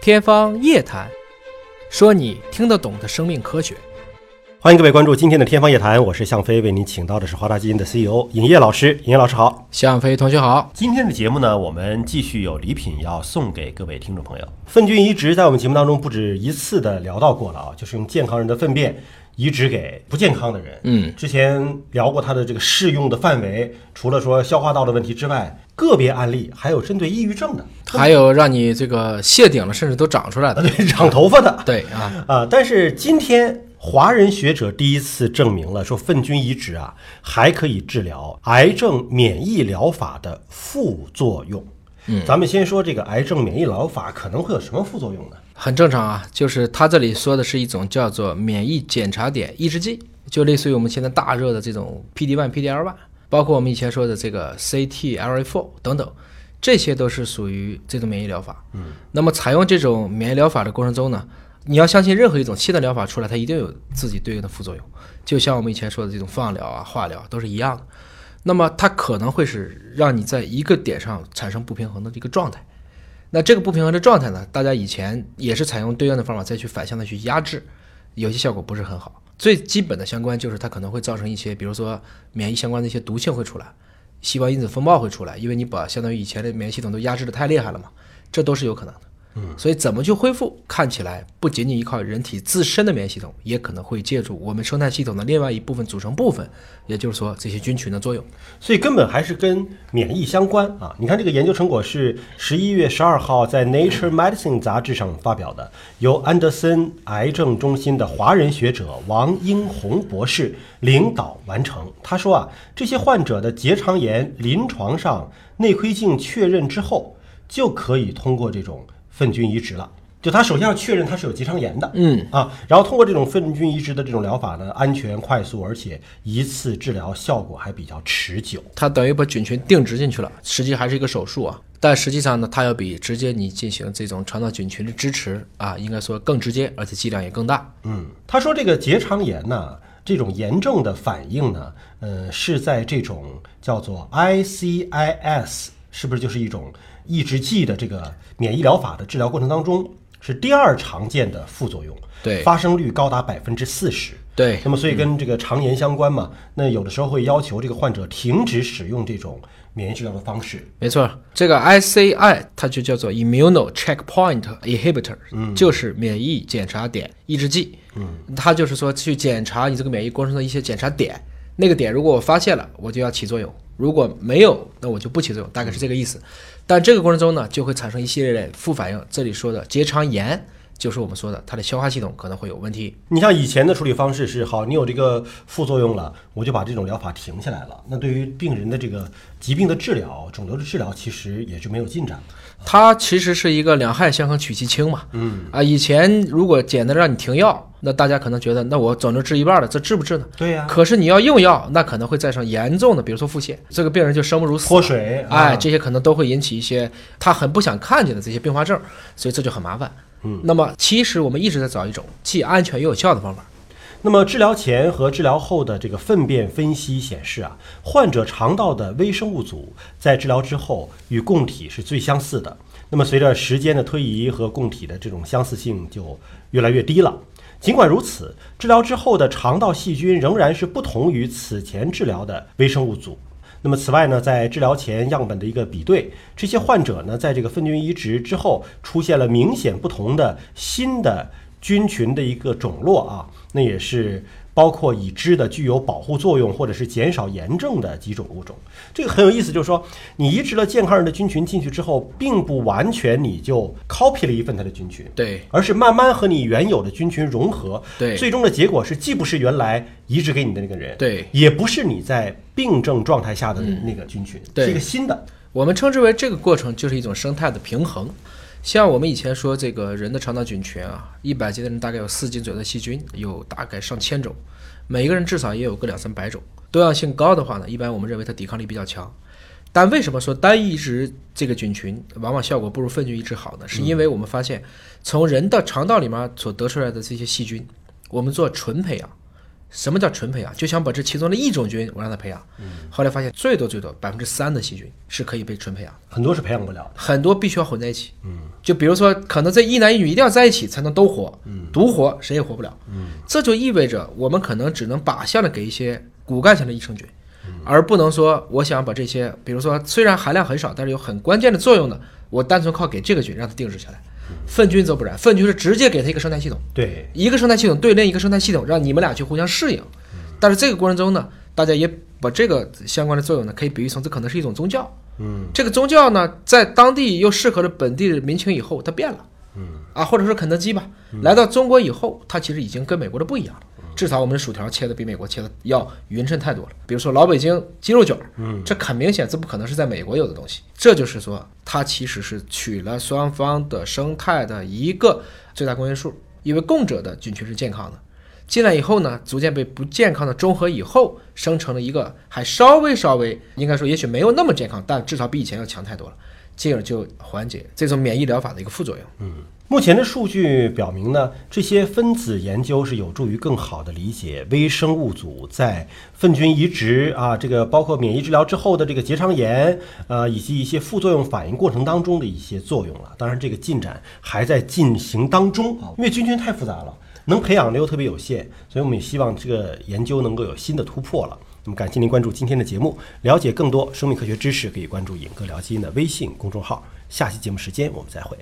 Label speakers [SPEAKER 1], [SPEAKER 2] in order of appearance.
[SPEAKER 1] 天方夜谭，说你听得懂的生命科学。
[SPEAKER 2] 欢迎各位关注今天的《天方夜谭》，我是向飞，为您请到的是华大基因的 CEO 尹烨老师。尹烨老师好，
[SPEAKER 1] 向飞同学好，
[SPEAKER 2] 今天的节目呢，我们继续有礼品要送给各位听众朋友。粪菌移植在我们节目当中不止一次的聊到过了啊，就是用健康人的粪便移植给不健康的人。
[SPEAKER 1] 嗯，
[SPEAKER 2] 之前聊过它的这个适用的范围，除了说消化道的问题之外，个别案例还有针对抑郁症的，
[SPEAKER 1] 还有让你这个谢顶了，甚至都长出来
[SPEAKER 2] 啊
[SPEAKER 1] 的。
[SPEAKER 2] 对，长头发的，
[SPEAKER 1] 对啊，
[SPEAKER 2] 啊，但是今天华人学者第一次证明了，说粪菌移植啊还可以治疗癌症免疫疗法的副作用。嗯，咱们先说这个癌症免疫疗法可能会有什么副作用呢？
[SPEAKER 1] 很正常啊。就是他这里说的是一种叫做免疫检查点抑制剂，就类似于我们现在大热的这种 PD one、PD L one，包括我们以前说的这个 CT、LA four 等等。这些都是属于这种免疫疗法。嗯，那么采用这种免疫疗法的过程中呢，你要相信任何一种新的疗法出来，它一定有自己对应的副作用。就像我们以前说的这种放疗啊、化疗都是一样的。那么它可能会是让你在一个点上产生不平衡的一个状态。那这个不平衡的状态呢，大家以前也是采用对应的方法再去反向的去压制，有些效果不是很好。最基本的相关就是它可能会造成一些，比如说免疫相关的一些毒性会出来，细胞因子风暴会出来，因为你把相当于以前的免疫系统都压制的太厉害了嘛，这都是有可能的。嗯，所以怎么去恢复，看起来不仅仅依靠人体自身的免疫系统，也可能会借助我们生态系统的另外一部分组成部分，也就是说这些菌群的作用。
[SPEAKER 2] 所以根本还是跟免疫相关啊！你看这个研究成果是十一月十二号在《Nature Medicine》杂志上发表的，由安德森癌症中心的华人学者王英红博士领导完成。他说啊，这些患者的结肠炎临床上内窥镜确认之后，就可以通过这种粪菌移植了。就他首先要确认他是有结肠炎的，嗯啊，然后通过这种粪菌移植的这种疗法呢，安全快速，而且一次治疗效果还比较持久。
[SPEAKER 1] 它等于把菌群定植进去了，实际还是一个手术啊。但实际上呢，它要比直接你进行这种肠道菌群的支持啊，应该说更直接，而且剂量也更大。
[SPEAKER 2] 嗯，他说这个结肠炎呢，这种炎症的反应呢，呃，是在这种叫做 ICIS，是不是就是一种抑制剂的这个免疫疗法的治疗过程当中，是第二常见的副作用，
[SPEAKER 1] 对
[SPEAKER 2] 发生率高达百分之四十。
[SPEAKER 1] 对，
[SPEAKER 2] 那么所以跟这个肠炎相关嘛，那有的时候会要求这个患者停止使用这种免疫治疗的方式。
[SPEAKER 1] 没错，这个 ICI 它就叫做 Immuno Checkpoint Inhibitor，、就是免疫检查点抑制剂。嗯，它就是说去检查你这个免疫过程中的一些检查点，那个点如果我发现了，我就要起作用；如果没有，那我就不起作用，大概是这个意思。但这个过程中呢，就会产生一系列的副反应。这里说的结肠炎，就是我们说的它的消化系统可能会有问题。
[SPEAKER 2] 你像以前的处理方式是好，你有这个副作用了，我就把这种疗法停下来了。那对于病人的这个疾病的治疗、肿瘤的治疗，其实也就没有进展了。
[SPEAKER 1] 它其实是一个两害相衡取其轻嘛。嗯啊，以前如果简单地让你停药，那大家可能觉得，那我肿瘤治一半了，这治不治呢？
[SPEAKER 2] 对呀
[SPEAKER 1] 可是你要用药，那可能会再上严重的，比如说腹泻，这个病人就生不如死。
[SPEAKER 2] 泼水，啊
[SPEAKER 1] 哎，这些可能都会引起一些他很不想看见的这些并发症，所以这就很麻烦。嗯，那么其实我们一直在找一种既安全又有效的方法。
[SPEAKER 2] 那么治疗前和治疗后的这个粪便分析显示啊，患者肠道的微生物组在治疗之后与供体是最相似的。那么随着时间的推移和供体的这种相似性就越来越低了。尽管如此，治疗之后的肠道细菌仍然是不同于此前治疗的微生物组。那么此外呢，在治疗前样本的一个比对，这些患者呢，在这个粪菌移植之后，出现了明显不同的新的菌群的一个种落啊，那也是包括已知的具有保护作用或者是减少炎症的几种物种。这个很有意思，就是说你移植了健康人的菌群进去之后，并不完全你就 copy 了一份它的菌群。
[SPEAKER 1] 对，
[SPEAKER 2] 而是慢慢和你原有的菌群融合，
[SPEAKER 1] 对
[SPEAKER 2] 最终的结果是既不是原来移植给你的那个人，
[SPEAKER 1] 对嗯
[SPEAKER 2] 也不是你在病症状态下的那个菌群，
[SPEAKER 1] 对
[SPEAKER 2] 是一个新的。
[SPEAKER 1] 我们称之为这个过程就是一种生态的平衡。像我们以前说，这个人的肠道菌群啊，一百斤的人大概有四斤左右的细菌，有大概上千种，每个人至少也有个两三百种。多样性高的话呢，一般我们认为它抵抗力比较强。但为什么说单一移植这个菌群往往效果不如粪菌移植好呢？是因为我们发现，从人的肠道里面所得出来的这些细菌，我们做纯培养。什么叫纯培养？就想把这其中的一种菌我让它培养，后来发现最多最多百分之三的细菌是可以被纯培养的，
[SPEAKER 2] 很多是培养不了的，
[SPEAKER 1] 很多必须要混在一起。嗯，就比如说，可能这一男一女一定要在一起才能都活，独活谁也活不了。这就意味着我们可能只能靶向的给一些骨干型的益生菌，而不能说我想把这些，比如说虽然含量很少，但是有很关键的作用的，我单纯靠给这个菌让它定制下来。粪菌则不然，粪菌是直接给它一个生态系统，
[SPEAKER 2] 对，
[SPEAKER 1] 一个生态系统对另一个生态系统，让你们俩去互相适应。但是这个过程中呢，大家也把这个相关的作用呢，可以比喻成这可能是一种宗教。
[SPEAKER 2] 嗯，
[SPEAKER 1] 这个宗教呢，在当地又适合了本地的民情以后，它变了。嗯，啊，或者说肯德基吧，来到中国以后，它其实已经跟美国的不一样了。至少我们的薯条切的比美国切的要匀称太多了。比如说老北京鸡肉卷儿，嗯，这很明显，这不可能是在美国有的东西。这就是说，它其实是取了双方的生态的一个最大公约数，因为供者的菌群是健康的，进来以后呢，逐渐被不健康的中和以后，生成了一个还稍微稍微应该说也许没有那么健康，但至少比以前要强太多了，进而就缓解这种免疫疗法的一个副作用。
[SPEAKER 2] 目前的数据表明呢，这些分子研究是有助于更好地理解微生物组在粪菌移植啊，这个包括免疫治疗之后的这个结肠炎，呃，以及一些副作用反应过程当中的一些作用了。当然，这个进展还在进行当中，因为菌群太复杂了，能培养的又特别有限，所以我们也希望这个研究能够有新的突破了。那么，感谢您关注今天的节目，了解更多生命科学知识，可以关注“尹哥聊基因”的微信公众号。下期节目时间我们再会。